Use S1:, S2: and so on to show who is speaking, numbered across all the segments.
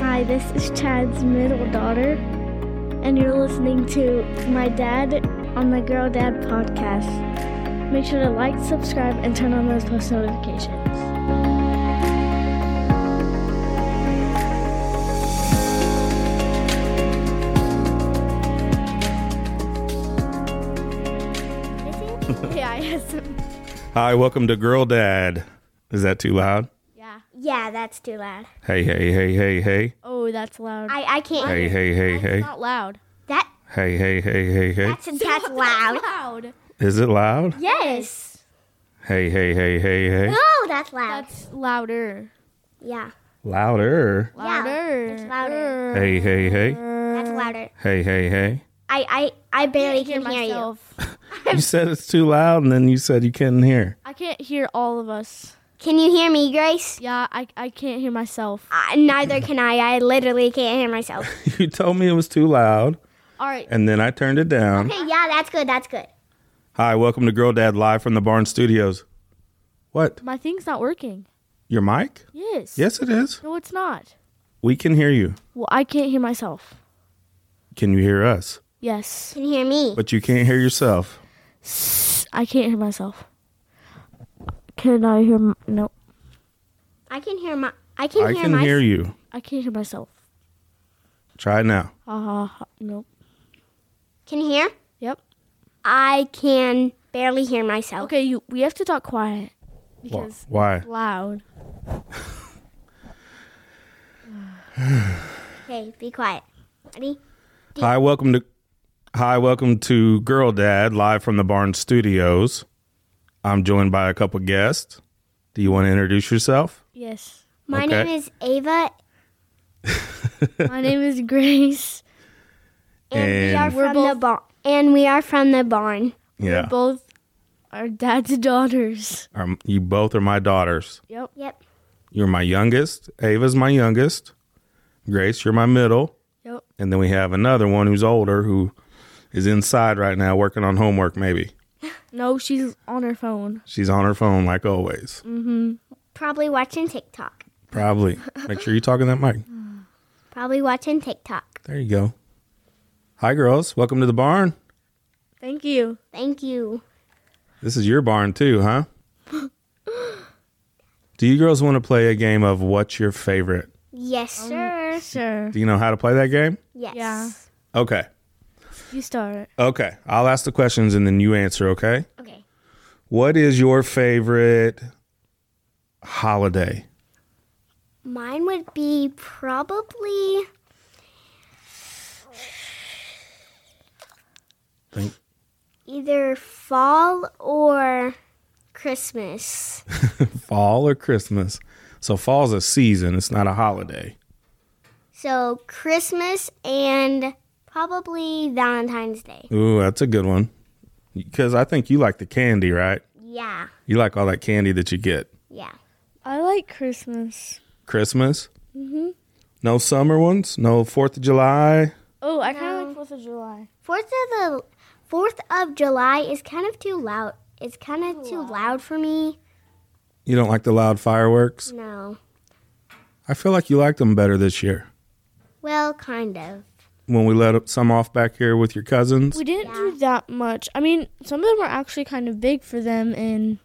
S1: Hi, this is Chad's middle daughter, and you're listening to my dad on the Girl Dad podcast. Make sure to like, subscribe, and turn on those post notifications. yeah, I have some.
S2: Hi, welcome to Girl Dad. Is that too loud?
S1: Yeah.
S3: Yeah, that's too loud.
S2: Hey, hey, hey, hey, hey.
S1: Oh, that's loud.
S3: I, I can't.
S2: Hey, hey, hey,
S1: It's
S2: hey.
S1: not loud.
S3: That
S2: Hey, hey, hey, hey, hey.
S3: that's that's loud.
S1: Loud.
S2: Is it loud?
S3: Yes.
S2: Hey, hey, hey, hey, hey.
S3: Oh, that's loud.
S1: That's louder.
S3: yeah.
S2: Louder.
S1: Louder.
S3: it's louder.
S1: Er.
S2: Hey, hey, hey.
S3: That's louder.
S2: Hey, hey, hey.
S3: I I I barely
S1: I can't
S3: can hear you.
S2: You said it's too loud and then you said you couldn't hear.
S1: I can't hear all of us.
S3: Can you hear me, Grace?
S1: Yeah, I, I can't hear myself.
S3: Uh, neither can I. I literally can't hear myself.
S2: You told me it was too loud
S1: All right.
S2: and then I turned it down.
S3: Okay, yeah, that's good. That's good.
S2: Hi, welcome to Girl Dad live from the Barn Studios. What?
S1: My thing's not working.
S2: Your mic?
S1: Yes.
S2: Yes, it is.
S1: No, it's not.
S2: We can hear you.
S1: Well, I can't hear myself.
S2: Can you hear us?
S1: Yes.
S3: Can you hear me?
S2: But you can't hear yourself.
S1: I can't hear myself. Can I hear? m- No,
S3: I can hear my. I can
S2: I
S3: hear
S2: can
S3: my.
S2: hear you.
S1: I can't hear myself.
S2: Try now.
S1: Ha ha ha. Nope.
S3: Can you hear?
S1: Uh-huh. Yep.
S3: I can barely hear myself.
S1: Okay, you. We have to talk quiet
S2: Wh-
S1: because
S2: Why?
S1: loud.
S3: Okay, be quiet. Ready?
S2: Hi, welcome to Hi, welcome to Girl Dad live from the Barn Studios. I'm joined by a couple guests. Do you want to introduce yourself?
S1: Yes.
S3: My
S2: Okay.
S3: name is Ava,
S1: My name is Grace.
S3: and, we are
S2: And-
S1: We're
S3: from the
S1: both-
S3: barn. And we are from the barn.
S2: Yeah.
S1: Both are dad's daughters.
S2: Um, you both are my daughters.
S1: Yep.
S3: Yep.
S2: You're my youngest. Ava's my youngest. Grace, you're my middle.
S1: Yep.
S2: And then we have another one who's older who is inside right now working on homework maybe.
S1: No, she's on her phone.
S2: She's on her phone like always.
S3: Probably watching TikTok.
S2: Probably. Make sure you talk in that mic.
S3: Probably watching TikTok.
S2: There you go. Hi girls, welcome to the barn.
S1: Thank you.
S3: Thank you.
S2: This is your barn too, huh? Do you girls want to play a game of what's your favorite?
S3: Yes, sir.
S1: Sure.
S2: Do you know how to play that game?
S3: Yes.
S1: Yeah.
S2: Okay.
S1: You start.
S2: Okay. I'll ask the questions and then you answer, okay?
S3: Okay.
S2: What is your favorite holiday?
S3: Mine would be probably
S2: Think.
S3: either fall or Christmas.
S2: Fall or Christmas? So fall's a season, it's not a holiday.
S3: So Christmas and probably Valentine's Day.
S2: Ooh, that's a good one. Cuz I think you like the candy, right?
S3: Yeah.
S2: You like all that candy that you get.
S3: Yeah.
S1: I like Christmas.
S2: Christmas? Mhm. No summer ones? No 4th of July?
S1: Oh, I kind of like Fourth of July.
S3: Fourth of the Fourth of July is kind of too loud. It's kind of too loud for me.
S2: You don't like the loud fireworks?
S3: No.
S2: I feel like you liked them better this year
S3: Well, kind of.
S2: when we let some off back here with your cousins.
S1: We didn't do that much. I mean, some of them were actually kind of big for them, and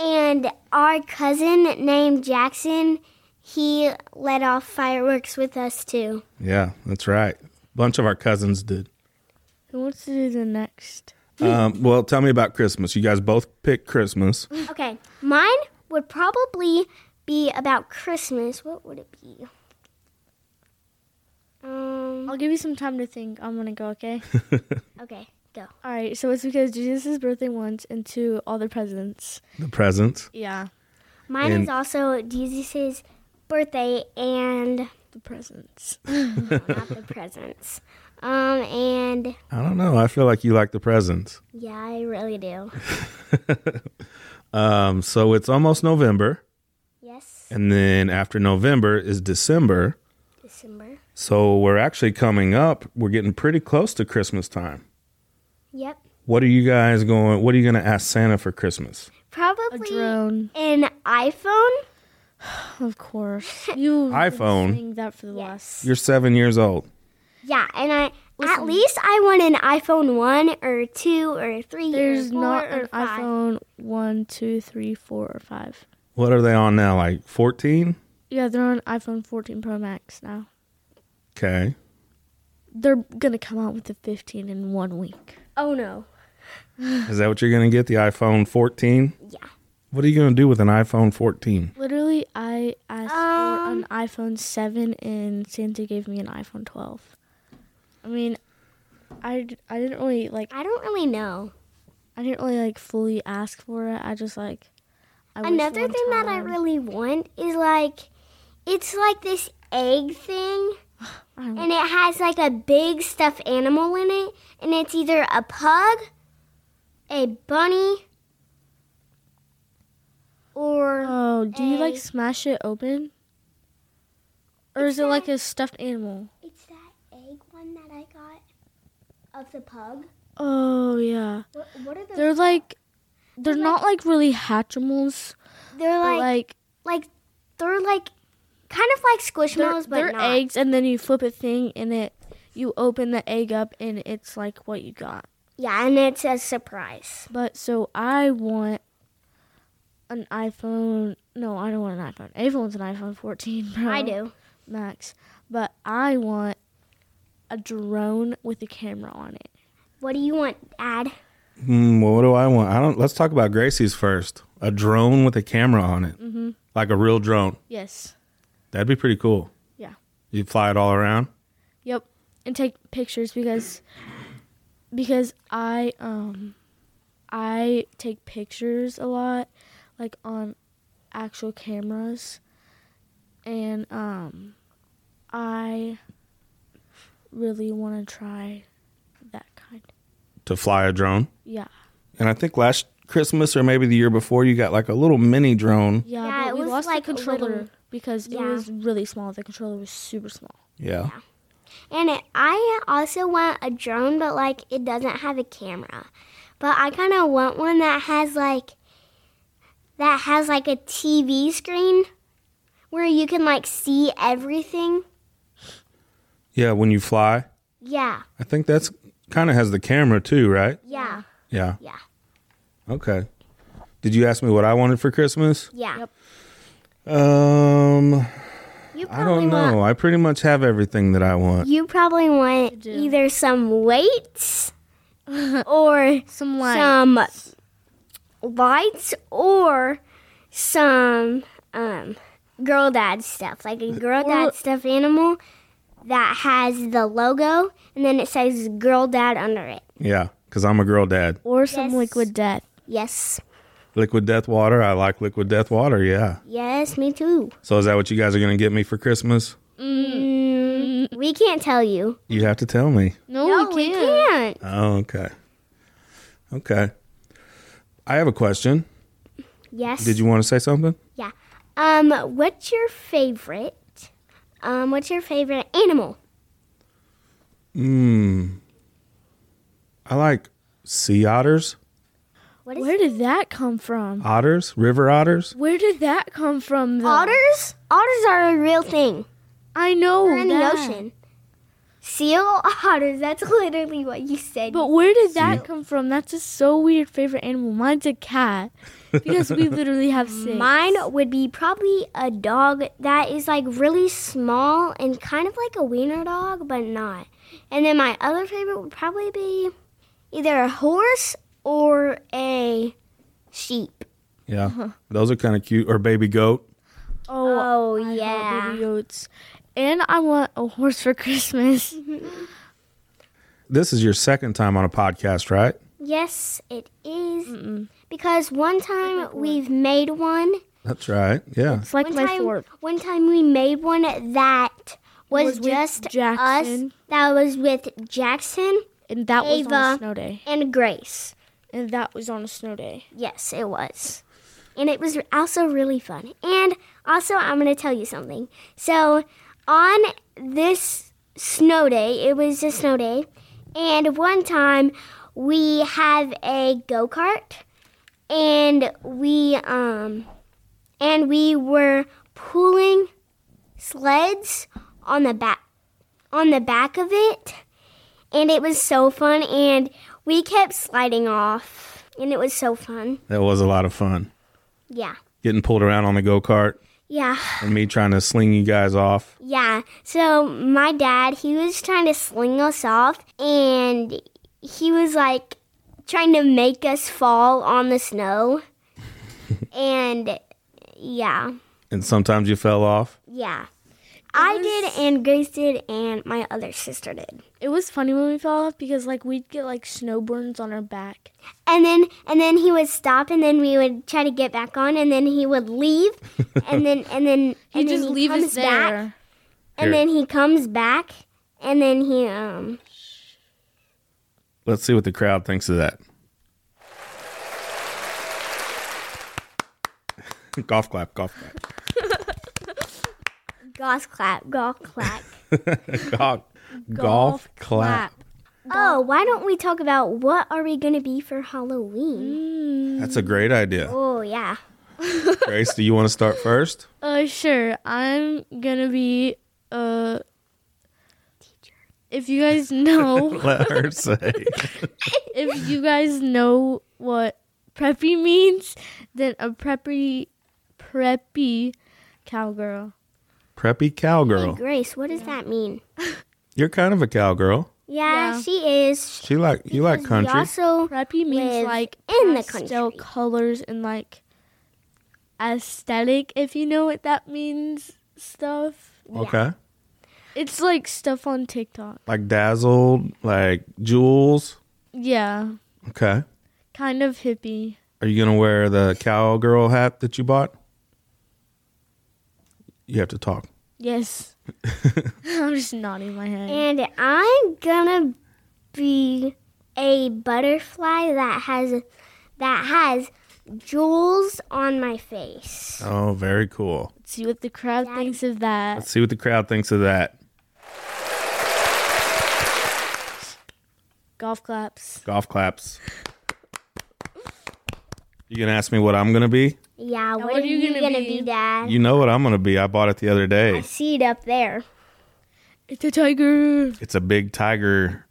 S3: And our cousin named Jackson, he let off fireworks with us too.
S2: Yeah, that's right. Bunch of our cousins did.
S1: who wants to do the next?
S2: Um, well, tell me about Christmas. You guys both picked Christmas.
S3: Okay, mine would probably be about Christmas. What would it be? Um.
S1: I'll give you some time to think. I'm gonna go. Okay.
S3: Okay, go.
S1: All right. So it's because Jesus' birthday once, and two, all their presents.
S2: The presents.
S1: Yeah,
S3: Mine
S2: And-
S3: is also Jesus's birthday and
S1: the presents.
S3: not the presents. Um and
S2: I don't know. I feel like you like the presents.
S3: yeah, I really do.
S2: Um, so it's almost November,
S3: Yes,
S2: and then after November is December.
S3: December.
S2: So we're actually coming up. We're getting pretty close to Christmas time.
S3: Yep.
S2: What are you guys going? What are you going to ask Santa for Christmas?
S1: A
S3: Probably
S1: drone.
S3: an iPhone.
S1: Of course. You
S2: iPhone.
S1: saying that for the last.
S2: You're seven years old.
S3: Yeah, and I at least I want an iPhone one or two or three.
S1: There's
S3: or four
S1: not
S3: or
S1: an
S3: five.
S1: iPhone one, two, three, four, or 5.
S2: What are they on now? Like 14?
S1: Yeah, they're on iPhone 14 Pro Max now.
S2: Okay.
S1: They're going to come out with the 15 in one week.
S3: Oh no.
S2: Is that what you're going to get? The iPhone 14?
S3: Yeah.
S2: What are you going to do with an iPhone 14?
S1: Literally, I asked
S3: Um.
S1: for an iPhone 7 and Santa gave me an iPhone 12. I mean, I, d- I didn't really like
S3: I don't really know.
S1: I didn't really like fully ask for it. I just like I wished
S3: Another
S1: one
S3: thing that I
S1: time-
S3: really want is like, it's like this egg thing,
S1: I don't-
S3: and it has like a big stuffed animal in it, and it's either a pug, a bunny, or
S1: Oh, do you like
S3: egg.
S1: smash it open? Or is it like a stuffed animal?
S3: it's that egg one that I got of the pug.
S1: Oh yeah.
S3: What, what are those?
S1: They're like they're not like really hatchimals,
S3: they're
S1: but
S3: like,
S1: like
S3: like they're like kind of like
S1: they're,
S3: squishmallows, but
S1: they're
S3: not.
S1: eggs and then you flip a thing and it you open the egg up and it's like what you got.
S3: Yeah, and it's a surprise.
S1: But so I want an iPhone. No, I don't want an iPhone. Everyone's an iPhone 14 Pro.
S3: I do.
S1: Max, but I want a drone with a camera on it.
S3: What do you want, Dad?
S2: Hmm, well, what do I want? I don't. Let's talk about Gracie's first. A drone with a camera on it, mm-hmm. like a real drone.
S1: Yes.
S2: That'd be pretty cool.
S1: Yeah.
S2: You fly it all around.
S1: Yep. And take pictures because because I um I take pictures a lot like on actual cameras and um I really want to try that kind.
S2: to fly a drone.
S1: Yeah.
S2: And I think last Christmas or maybe the year before, you got like a little mini drone.
S1: Yeah,
S3: Yeah,
S1: but
S3: it
S1: we
S3: was
S1: lost
S3: like a
S1: the controller
S3: little-
S1: because
S3: Yeah.
S1: it was really small. The controller was super small.
S2: Yeah.
S3: And it, I also want a drone, but like it doesn't have a camera. But I kind of want one that has like that has like a TV screen where you can like see everything.
S2: Yeah. When you fly,
S3: Yeah,
S2: I think that's kind of has the camera too, right?
S3: yeah,
S2: Yeah.
S3: Yeah.
S2: Okay. Did you ask me what I wanted for Christmas?
S3: yeah.
S1: Yep.
S2: Um,
S3: You
S2: I don't know. I pretty much have everything that I want.
S3: You probably
S1: I
S3: want
S1: do.
S3: either some weights or
S1: Some like
S3: some lights or some um, girl dad stuff, like a girl
S1: Or-
S3: dad stuffed animal that has the logo and then it says girl dad under it.
S2: Yeah. Cause I'm a girl dad.
S1: or some
S3: Yes.
S1: liquid death.
S3: Yes,
S2: Liquid death water. I like liquid death water. Yeah.
S3: yes, me too.
S2: So is that what you guys are going to get me for Christmas?
S3: Mm, we can't tell you.
S2: You have to tell me.
S1: No,
S3: we can't.
S2: Oh, okay. Okay. I have a question.
S3: Yes.
S2: Did you want to say something?
S3: Yeah. Um, what's your favorite? Um, what's your favorite animal?
S2: Hmm. I like sea otters,
S3: What is
S1: Where did that come from?
S2: otters, river otters.
S1: Where did that come from? Though?
S3: otters? Otters are a real thing.
S1: I know
S3: They're in the
S1: that.
S3: ocean. Seal otters. That's literally what you said.
S1: But where did that
S2: See?
S1: come from? That's a so weird favorite animal. Mine's a cat because we literally have six. Oh,
S3: Mine would be probably a dog that is like really small and kind of like a wiener dog, but not. And then my other favorite would probably be either a horse or a sheep.
S2: Yeah, those are kind of cute. Or baby goat.
S1: Oh,
S3: Oh,
S1: I want
S3: yeah.
S1: baby goats. And I want a horse for Christmas.
S3: Mm-hmm.
S2: This is your second time on a podcast, right?
S3: Yes, it is.
S1: Mm-mm.
S3: Because one time we've made one.
S2: That's right. Yeah.
S1: It's like
S3: One
S1: my
S3: time,
S1: fourth.
S3: one time we made one that was,
S1: Was with
S3: just us.
S1: Jackson.
S3: That was with Jackson
S1: And that was on
S3: Ava.
S1: a snow day.
S3: and Grace.
S1: And that was on a snow day.
S3: Yes, it was. And it was also really fun. And also, I'm going to tell you something. So, on this snow day, it was a snow day, and one time we have a go kart, and we um, and we were pulling sleds on the back on the back of it and it was so fun and we kept sliding off and it was so fun.
S2: That was a lot of fun.
S3: Yeah.
S2: Getting pulled around on the go kart
S3: Yeah.
S2: and me trying to sling you guys off.
S3: Yeah. So my dad, he was trying to sling us off and he was like trying to make us fall on the snow. and yeah.
S2: And sometimes you fell off.
S3: Yeah. I did and Grace did and my other sister did.
S4: It was funny when we fell off because like we'd get like snow burns on our back.
S3: And then and then he would stop and then we would try to get back on and then he would leave and then and then
S1: He
S3: and
S1: just
S3: then
S1: leave
S3: comes
S1: us there.
S3: back and then he comes back and then he um
S2: Let's see what the crowd thinks of that. golf clap, golf clap.
S3: golf clap, golf clap.
S2: golf, golf, clap.
S3: Oh, why don't we talk about what are we gonna be for Halloween?
S2: That's a great idea.
S3: Oh yeah.
S2: Grace, do you want to start first?
S1: Uh, sure. I'm gonna be uh. If you guys know,
S2: Let her say.
S1: if you guys know what preppy means, then a preppy, preppy cowgirl.
S2: Preppy
S3: Hey
S2: cowgirl.
S3: Grace, what does that mean?
S2: You're kind of a cowgirl.
S3: Yeah,
S1: Yeah.
S3: she is.
S2: She like you like
S3: We
S2: country.
S3: also
S1: Preppy means
S3: Live
S1: like
S3: in the
S1: pastel
S3: country.
S1: colors and like aesthetic, if you know what that means. Stuff.
S2: Okay.
S1: It's like stuff on TikTok.
S2: Like dazzled, like jewels.
S1: Yeah,
S2: Okay.
S1: kind of hippie.
S2: Are you gonna wear the cowgirl hat that you bought? You have to talk.
S1: Yes. I'm just nodding my head.
S3: And I'm gonna be a butterfly that has that has jewels on my face.
S2: Oh, very cool.
S1: Let's see what the crowd
S3: Daddy.
S1: thinks of that.
S2: Let's see what the crowd thinks of that.
S1: Golf claps.
S2: Golf claps. You gonna ask me what I'm gonna be?
S3: Yeah, what, are you gonna, be? Dad?
S2: You know what I'm gonna be. I bought it the other
S3: I
S2: day.
S3: see it up there.
S1: It's a tiger.
S2: It's a big tiger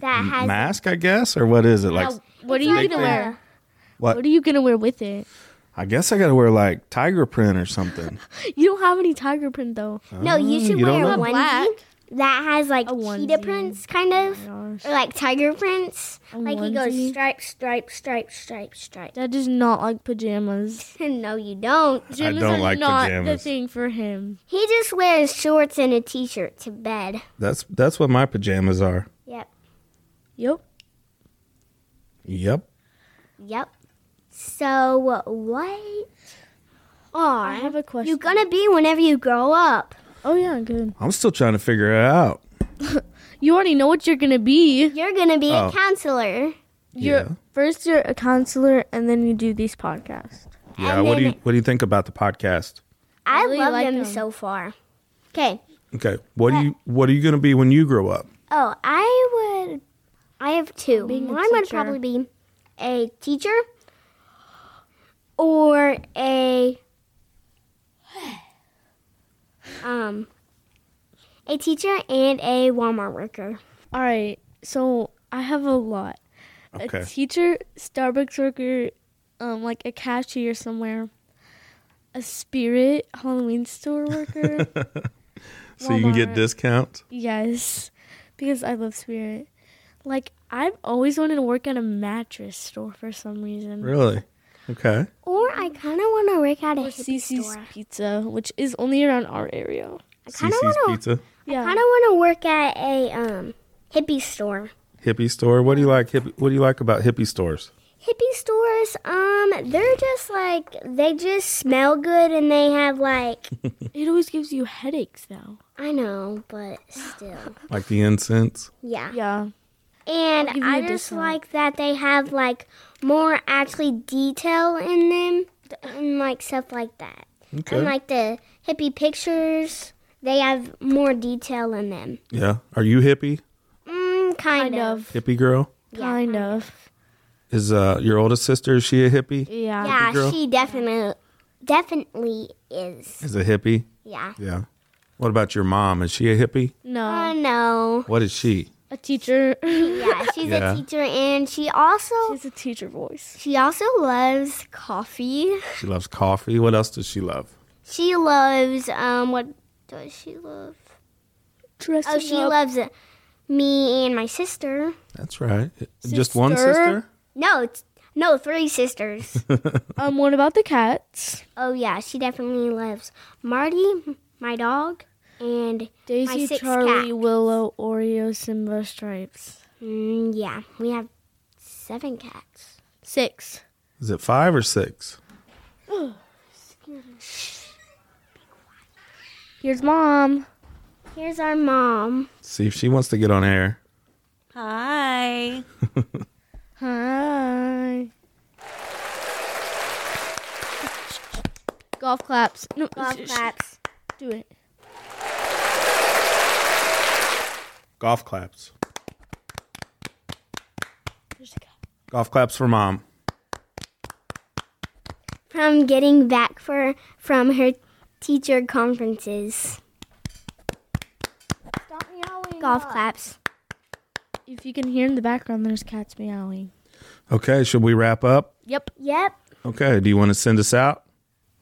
S3: That has
S2: mask, I guess, or what is it like?
S1: Now, what are
S3: It's
S1: you
S3: like
S1: gonna wear?
S2: What?
S1: What are you gonna wear with it?
S2: I guess I gotta wear like tiger print or something.
S1: You don't have any tiger print though.
S3: No, you should
S2: Mm, you don't
S3: wear a
S2: know?
S3: onesie
S1: Black.
S3: that has like
S1: A
S3: cheetah
S1: onesie.
S3: prints, kind of,
S1: Oh Gosh.
S3: or like tiger prints. like it goes
S1: onesie.
S3: stripe, stripe, stripe, stripe, stripe.
S1: That does not like pajamas.
S3: no, you don't.
S1: Pajamas
S2: don't
S1: are
S2: like
S1: not
S2: pajamas.
S1: the thing for him.
S3: He just wears shorts and a t-shirt to bed.
S2: That's that's what my pajamas are.
S3: Yep,
S1: Yep.
S2: Yep.
S3: yep. So what are
S1: I have a question.
S3: you gonna be whenever you grow up?
S1: oh yeah, good.
S2: I'm still trying to figure it out.
S1: You already know what you're gonna be.
S3: You're gonna be
S2: Oh.
S3: a counselor.
S1: You're
S2: Yeah.
S1: first you're a counselor and then you do these podcasts.
S2: Yeah.
S3: And
S2: what do
S3: then-
S2: you what do you think about the podcast?
S3: I,
S1: really
S3: love
S1: like
S3: him
S1: him.
S3: so far. Okay.
S2: Okay. What do you what are you gonna be when you grow up?
S3: Oh, I would. I have two.
S1: Being a
S3: One would
S1: teacher.
S3: probably be a teacher or a um a teacher and a Walmart worker.
S1: All right. So I have a lot.
S2: Okay.
S1: A teacher, Starbucks worker, um, like a cashier somewhere, a spirit Halloween store worker.
S2: so you can get
S1: Walmart.
S2: discounts.
S1: yes, because I love spirit. Like I've always wanted to work at a mattress store for some reason.
S2: Really? Okay.
S3: Or I kind of want to work at a
S1: Or
S3: hippie
S1: CC's
S3: store.
S1: Pizza, which is only around our area.
S3: I kind of
S2: CC's
S3: want to.
S2: Pizza,
S1: Yeah.
S3: Kind of want to work at a um hippie store.
S2: hippie store. What do you like? Hippie, what do you like about hippie stores?
S3: Hippie stores, um, they're just like they just smell good and they have like
S1: It always gives you headaches though.
S3: I know, but still,
S2: Like the incense.
S3: yeah.
S1: Yeah.
S3: And
S1: I'll give you
S3: I
S1: a
S3: just
S1: discount.
S3: like that they have like more actually detail in them and like stuff like that.
S2: Okay.
S3: And like the hippie pictures, they have more detail in them.
S2: yeah. Are you hippie?
S3: Mm, kind, of.
S2: Hippie girl?
S1: Kind of.
S2: Is uh your oldest sister? Is she a hippie?
S1: Yeah.
S3: Yeah,
S2: girl.
S3: she definitely definitely is.
S2: Is a hippie?
S3: Yeah.
S2: Yeah. What about your mom? Is she a hippie?
S1: No,
S3: Oh no.
S2: What is she?
S1: a teacher.
S3: Yeah, she's
S2: Yeah.
S3: a teacher and she also
S1: She's a teacher voice.
S3: she also loves coffee.
S2: She loves coffee. What else does she love?
S3: She loves um what does she love?
S1: Dressing
S3: Oh, she
S1: up.
S3: loves uh, me and my sister.
S2: That's right. Just one sister?
S1: Sister.
S3: No, it's, no, three sisters.
S1: Um, what about the cats?
S3: oh yeah, she definitely loves Marty, my dog, and
S1: Daisy,
S3: six
S1: Charlie,
S3: cats.
S1: Willow, Oreo, Simba, Stripes.
S3: mm, yeah, we have seven cats.
S1: Six.
S2: Is it five or six?
S1: Here's mom.
S3: Here's our mom.
S2: See if she wants to get on air.
S5: Hi.
S1: Hi. Golf claps. No, sh- sh-
S3: claps.
S1: do it.
S2: Golf claps.
S1: There's a cat.
S2: Golf claps for mom.
S3: From getting back for from her teacher conferences. Golf claps.
S1: If you can hear in the background, there's cats meowing.
S2: Okay, should we wrap up?
S1: Yep.
S3: Yep.
S2: Okay, do you want to send us out?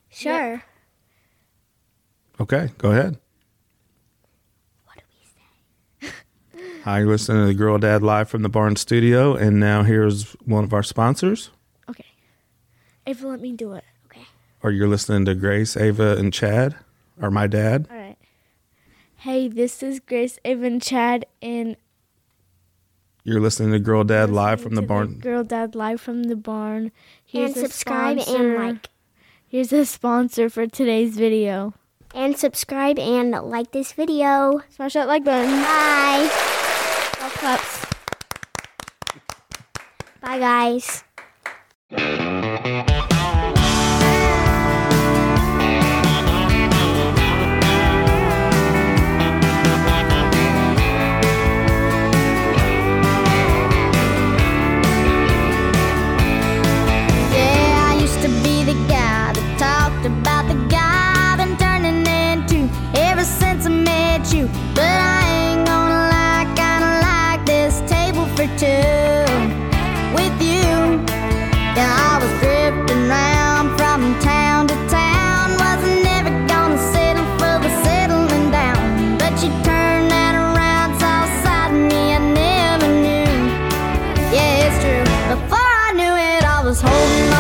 S3: Sure.
S2: Okay, go ahead.
S3: What do we say?
S2: Hi, you're listening to the Girl Dad Live from the Barn Studio, and now here's one of our sponsors.
S1: Okay. Ava, let me do it.
S2: Or you're listening to Grace, Ava, and Chad, or my dad.
S1: All right. Hey, this is Grace, Ava, and Chad, and
S2: You're listening to Girl Dad Live
S1: listening
S2: from the
S1: to
S2: Barn.
S1: Girl Dad live from the barn.
S3: and
S1: a
S3: subscribe
S1: sponsor-
S3: and like.
S1: Here's a sponsor for today's video.
S3: And subscribe and like this video.
S1: Smash that like button.
S3: Bye.
S1: Golf claps.
S3: Bye, guys.
S6: Yeah, I used to be the guy that talked about the guy I've been turning into ever since I met you. But I ain't gonna lie, kinda like this table for two with you. Yeah, I was drifting round from town to town, wasn't ever gonna settle for the settling down. But you turned that around, saw a side of me I never knew. Yeah, it's true. Before I knew it, I was holding